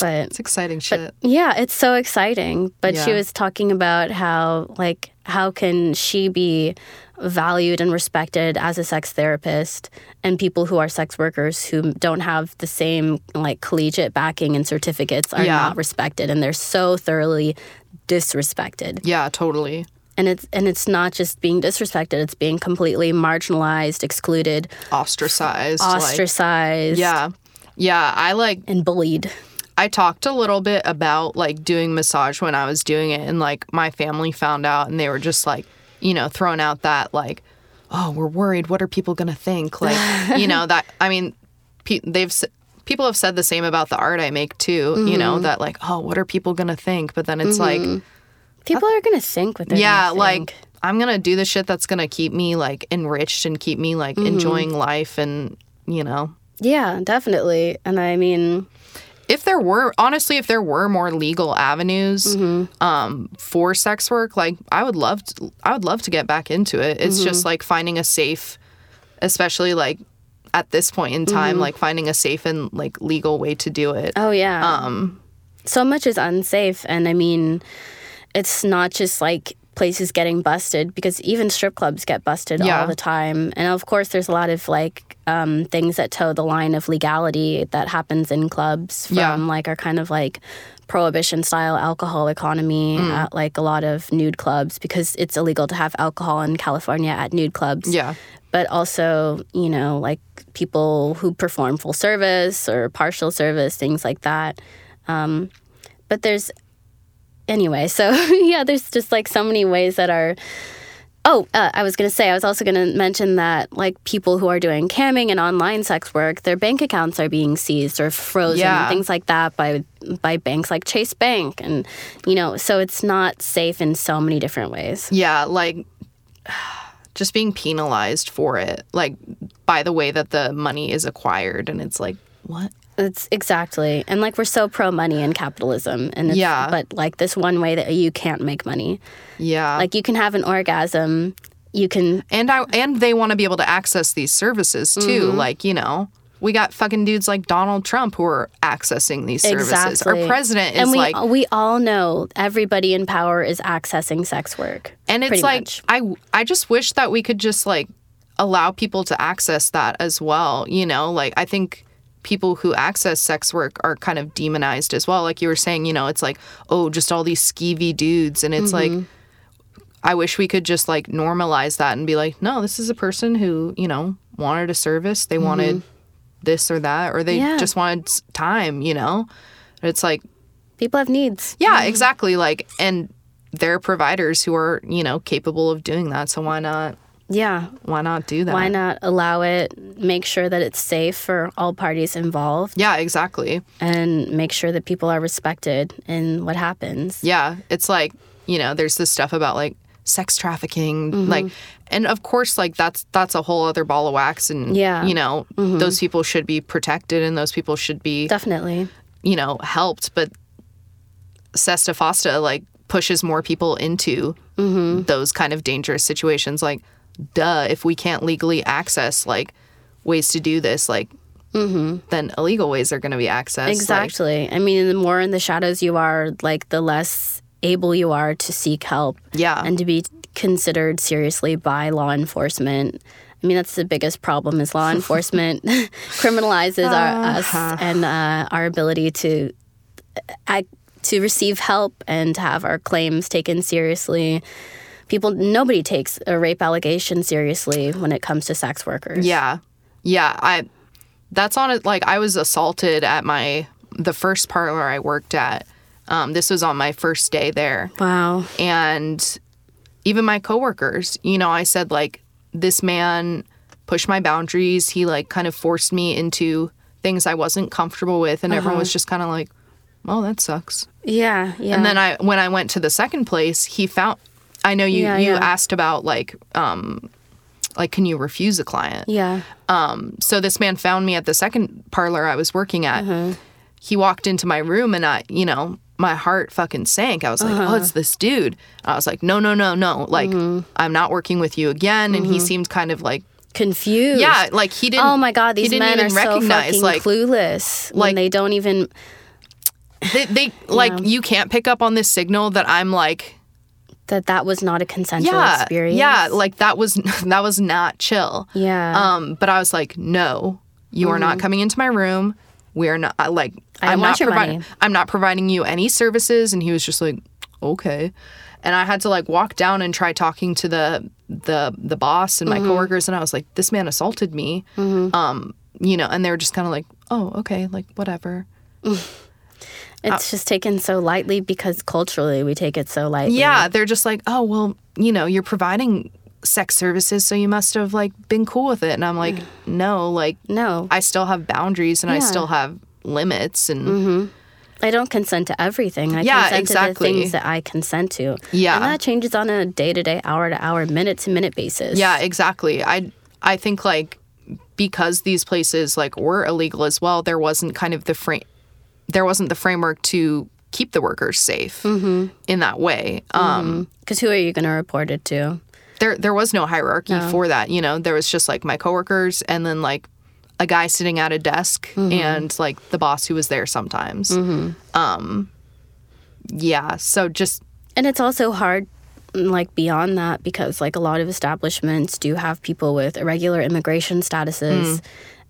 but it's exciting shit. yeah, it's so exciting. But she Yeah. was talking about how like how can she be valued and respected as a sex therapist and people who are sex workers who don't have the same like collegiate backing and certificates are Yeah. not respected and they're so thoroughly disrespected. Yeah, totally. And it's and it's not just being disrespected, it's being completely marginalized, excluded, Ostracized. Like, ostracized, yeah. Yeah. I like, and bullied. I talked a little bit about like doing massage when I was doing it, and like my family found out and they were just like, you know, throwing out that like, oh, we're worried. What are people going to think? Like, you know, that, I mean, pe- they've, s- people have said the same about the art I make too, you know, that like, oh, what are people going to think? But then it's like, People are gonna think what they're Uh, yeah gonna think. like i'm gonna do the shit that's gonna keep me like enriched and keep me like enjoying life and you know Yeah, definitely. And I mean, if there were honestly if there were more legal avenues um, for sex work like i would love to, i would love to get back into it it's just like finding a safe especially like at this point in time like finding a safe and like legal way to do it oh yeah. Um so much is unsafe and I mean it's not just like places getting busted because even strip clubs get busted Yeah. all the time. And of course there's a lot of like um, things that toe the line of legality that happens in clubs from Yeah. like our kind of like prohibition style alcohol economy Mm. at like a lot of nude clubs because it's illegal to have alcohol in California at nude clubs. yeah but also you know like people who perform full service or partial service things like that um, but there's anyway so [laughs] yeah there's just like so many ways that are oh uh, i was going to say i was also going to mention that like people who are doing camming and online sex work their bank accounts are being seized or frozen Yeah. things like that by by banks like chase bank and you know so it's not safe in so many different ways Yeah, like [sighs] just being penalized for it, like by the way that the money is acquired, and it's like what? It's exactly. And like we're so pro money and capitalism and it's, Yeah. but like this one way that you can't make money. Yeah, Like you can have an orgasm, you can Mm-hmm. and I and they want to be able to access these services too, like you know, we got fucking dudes like Donald Trump who are accessing these services. Exactly. Our president is and we, like we all know everybody in power is accessing sex work. And it's pretty like much. I I just wish that we could just like allow people to access that as well, you know? Like I think people who access sex work are kind of demonized as well. Like you were saying, you know, it's like, oh, just all these skeevy dudes and it's Mm-hmm. like I wish we could just like normalize that and be like, no, this is a person who, you know, wanted a service, they wanted this or that or they Mm-hmm. Yeah. just wanted s- time, you know? And it's like people have needs. yeah, exactly. Like, and there are providers who are, you know, capable of doing that. So why not? Yeah. Why not do that? Why not allow it? Make sure that it's safe for all parties involved, Yeah, exactly. and make sure that people are respected in what happens. Yeah, it's like you know, there's this stuff about like sex trafficking, Mm-hmm. like, and of course, like that's that's a whole other ball of wax, and Yeah. Mm-hmm. you know, those people should be protected, and those people should be, Definitely. you know, helped. But Sesta Fosta like pushes more people into those kind of dangerous situations. Like, duh, if we can't legally access like ways to do this, like, then illegal ways are going to be accessed. like- Exactly. I mean, the more in the shadows you are, like the less able you are to seek help. Yeah. And to be considered seriously by law enforcement. I mean, that's the biggest problem is [laughs] law enforcement [laughs] criminalizes Uh-huh. our, us and uh, our ability to ac to receive help and to have our claims taken seriously. People, nobody takes a rape allegation seriously when it comes to sex workers. Yeah. Yeah. I that's on it like I was assaulted at my the first parlor I worked at. Um, this was on my first day there. Wow. And even my coworkers, you know, I said like this man pushed my boundaries. He like kind of forced me into things I wasn't comfortable with and everyone was just kind of like, "Oh, that sucks." Uh-huh. Yeah. Yeah. And then I when I went to the second place, he found I know you Yeah, you yeah. asked about like um like can you refuse a client? yeah. Um, so this man found me at the second parlor I was working at. Uh-huh. He walked into my room and I, you know, my heart fucking sank. I was like, Uh-huh. oh, it's this dude. I was like, no, no, no, no. Like, Mm-hmm. I'm not working with you again. And he seemed kind of like, Confused. yeah, like he didn't. Mm-hmm. Oh my God, he these didn't men even are so recognize, fucking like, clueless. Like like- they don't even They, they like you can't pick up on this signal that I'm like, that that was not a consensual yeah, experience. yeah, like that was [laughs] that was not chill. yeah. Um, but I was like, no, you are not coming into my room. We are not I- like I am want not your providing money. I'm not providing you any services. And he was just like, okay. And I had to like walk down and try talking to the the the boss and my coworkers, and I was like, this man assaulted me. Um, you know, and they were just kind of like, oh, okay, like whatever. it's just taken so lightly because culturally we take it so lightly. Yeah, they're just like, oh, well, you know, you're providing sex services, so you must have like been cool with it. And I'm like, no, like No, I still have boundaries and I Yeah. still have limits and I don't consent to everything. I Yeah, consent exactly. to the things that I consent to. Yeah. And that changes on a day to day, hour to hour, minute to minute basis. Yeah, exactly. I I think like because these places like were illegal as well, there wasn't kind of the frame, there wasn't the framework to keep the workers safe in that way. Um, Because who are you going to report it to? There there was no hierarchy for that. You know, there was just like my coworkers and then like a guy sitting at a desk and like the boss who was there sometimes. Um, yeah. So just And it's also hard, mm, like beyond that, because like a lot of establishments do have people with irregular immigration Mm. statuses,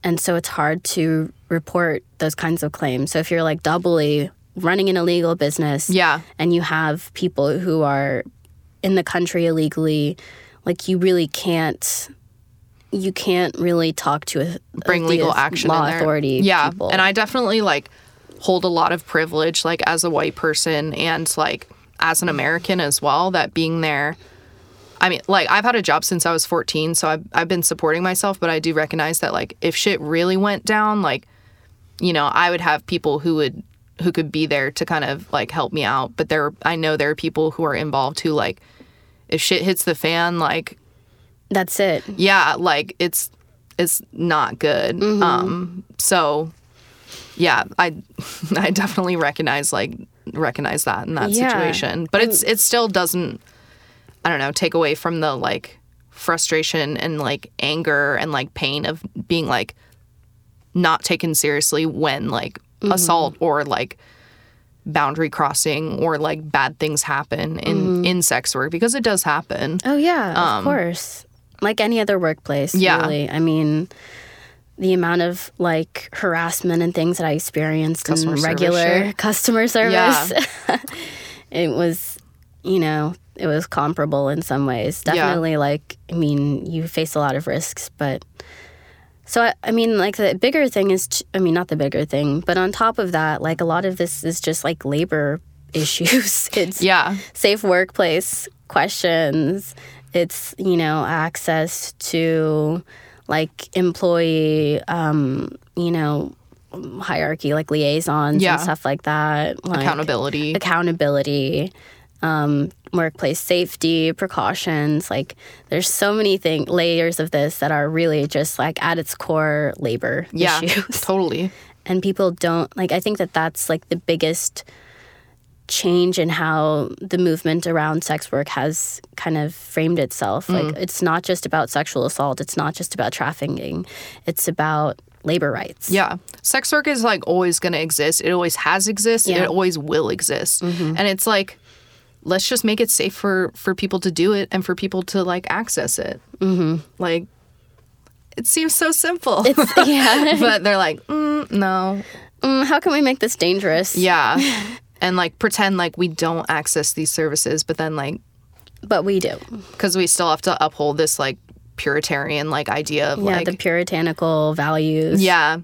and so it's hard to report those kinds of claims. So if you're like doubly running an illegal business, Yeah. and you have people who are in the country illegally, like you really can't. You can't really talk to a bring the legal action law in there. authority. yeah people. and i definitely like hold a lot of privilege like as a white person and like as an american as well that being there i mean like i've had a job since i was 14 so i've, I've been supporting myself but i do recognize that like if shit really went down like you know i would have people who would who could be there to kind of like help me out but there i know there are people who are involved who like if shit hits the fan like that's it. yeah like it's it's not good Mm-hmm. um so yeah i [laughs] i definitely recognize like recognize that in that Yeah. situation but it's it still doesn't i don't know take away from the like frustration and like anger and like pain of being like not taken seriously when like Mm-hmm. assault or like boundary crossing or like bad things happen in Mm-hmm. in sex work because it does happen. Oh yeah, of course. Like any other workplace, Um, Yeah. really. I mean, the amount of like harassment and things that I experienced Customer in service regular [laughs] shit. customer service, Yeah. [laughs] it was, you know, it was comparable in some ways. Yeah. Definitely, like I mean, you face a lot of risks, but so I, I mean, like the bigger thing is, t- I mean, not the bigger thing, but on top of that, like a lot of this is just like labor [laughs] issues. it's Yeah. safe workplace questions. It's, you know, access to like employee, um, you know, hierarchy, like liaisons Yeah. and stuff like that. Like Accountability. accountability, um, workplace safety, precautions. Like there's so many thing layers of this that are really just like at its core labor Yeah. issues [laughs] Totally. and people don't like i think that that's like the biggest change in how the movement around sex work has kind of framed itself Mm. like it's not just about sexual assault it's not just about trafficking it's about labor rights Yeah. Sex work is like always going to exist. It always has existed. Yeah. Mm-hmm. It always will exist. And it's like let's just make it safe for for people to do it and for people to like access it. Mm-hmm. Like it seems so simple. [laughs] It's- [laughs] yeah but they're like, [laughs] mm, no. Mm, how can we make this dangerous Yeah. and like pretend like we don't access [laughs] these services, but then like but we do cuz we still have to uphold this like puritarian like idea of yeah like the puritanical values yeah,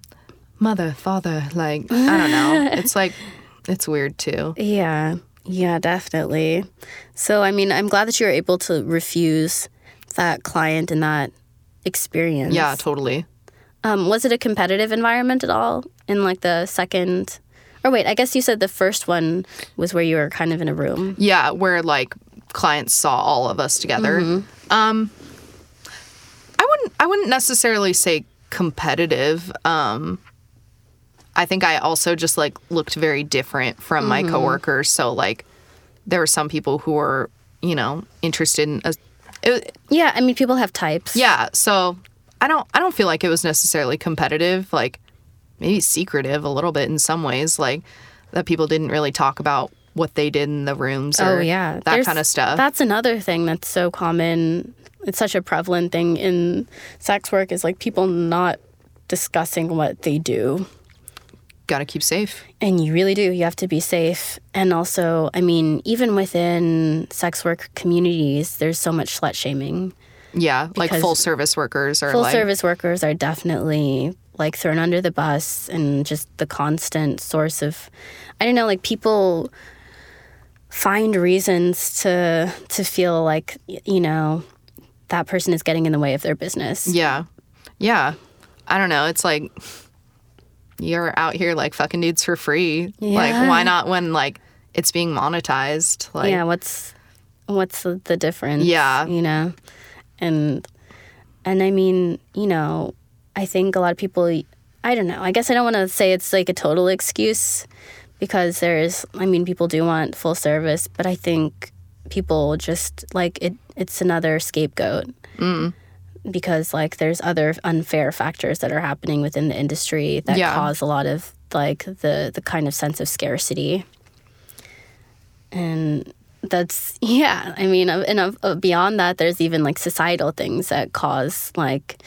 mother, father, like I don't know. [laughs] it's like it's weird too. Yeah, yeah, definitely. So, I mean, I'm glad that you were able to refuse that client and that experience. Yeah, totally. Um, was it a competitive environment at all in like the second? Or wait, I guess you said the first one was where you were kind of in a room. Yeah, where like clients saw all of us together. Um I wouldn't I wouldn't necessarily say competitive. Um I think I also just like looked very different from my coworkers, so like there were some people who were, you know, interested in a, it, Yeah, I mean, people have types. yeah, so I don't I don't feel like it was necessarily competitive, like maybe secretive a little bit in some ways, like that people didn't really talk about what they did in the rooms or Oh yeah, that There's- kind of stuff. That's another thing that's so common. It's such a prevalent thing in sex work is like people not discussing what they do. Got to keep safe. And you really do. You have to be safe. And also, I mean, even within sex work communities, there's so much slut shaming. Yeah, like Because full service workers or Full like service workers are definitely like thrown under the bus and just the constant source of, I don't know, like people find reasons to to feel like y- you know that person is getting in the way of their business. yeah, yeah. I don't know. It's like you're out here like fucking dudes for free. Yeah. Like why not when like it's being monetized? Like yeah what's what's the, the difference Yeah. you know and and i mean you know i think a lot of people i don't know i guess i don't want to say it's like a total excuse because there's i mean people do want full service but i think people just like it it's another scapegoat Mm. because like there's other unfair factors that are happening within the industry that Yeah. cause a lot of like the the kind of sense of scarcity and that's [laughs] yeah i mean uh, and uh, uh, beyond that there's even like societal things that cause like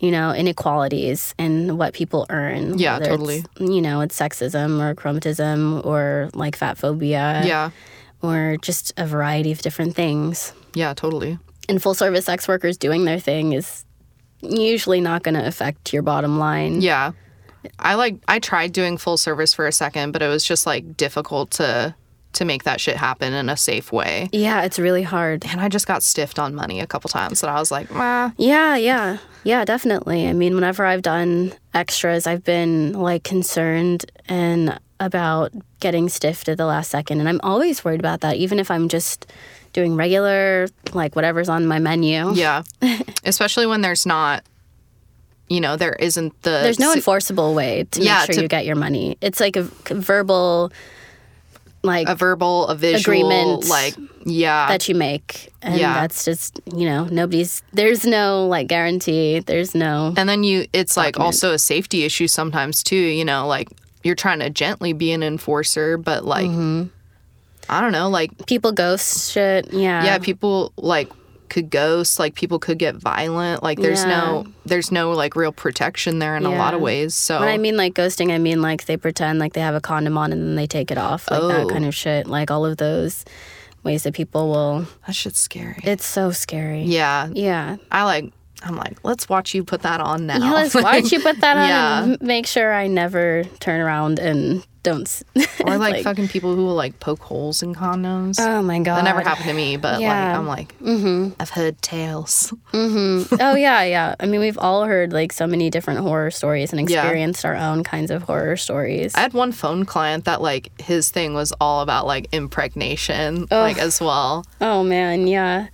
you know inequalities in what people earn Yeah, whether totally. it's, you know it's sexism or chromatism or like fat phobia yeah, or just a variety of different things yeah, totally. and full service sex workers doing their thing is usually not going to affect your bottom line. Yeah. I like I tried doing full service for a second, but it was just like difficult to to make that shit happen in a safe way. Yeah, it's really hard. And I just got stiffed on money a couple times and I was like, "Meh." Yeah, yeah. Yeah, definitely. I mean, whenever I've done extras, I've been like concerned and about getting stiffed at the last second. And I'm always worried about that, even if I'm just doing regular, like whatever's on my menu. [laughs] Yeah. Especially when there's not you know, there isn't the There's no enforceable way to Yeah, make sure to- you get your money. It's like a v- verbal, like, a verbal, a visual Agreement. like Yeah. that you make. And Yeah. that's just, you know, nobody's, there's no like guarantee. There's no, and then you it's like also a safety issue sometimes too, you know, like you're trying to gently be an enforcer, but like Mm-hmm. I don't know, like people ghost shit. Yeah. yeah, people like could ghost, like people could get violent. Like there's no there's no like real protection there in a lot of Yeah. ways. So When I mean like ghosting, I mean like they pretend like they have a condom on and then they take it off, like Oh. that kind of shit. Like all of those ways that people will. that shit's scary. It's so scary. yeah. Yeah. I like I'm like, let's watch you put that on now. Yeah, [laughs] let's watch you put that on Yeah. and m- make sure I never turn around and don't. s- [laughs] or like, like- fucking people who will like poke holes in condoms. oh my God. that never happened to me, but Yeah. Mm-hmm. like I'm like I've heard tales. oh yeah, yeah. I mean, we've all heard like so many different horror stories and Yeah. experienced our own kinds of horror stories. I had one phone client that like his thing was all about like impregnation, like as well. oh man, yeah.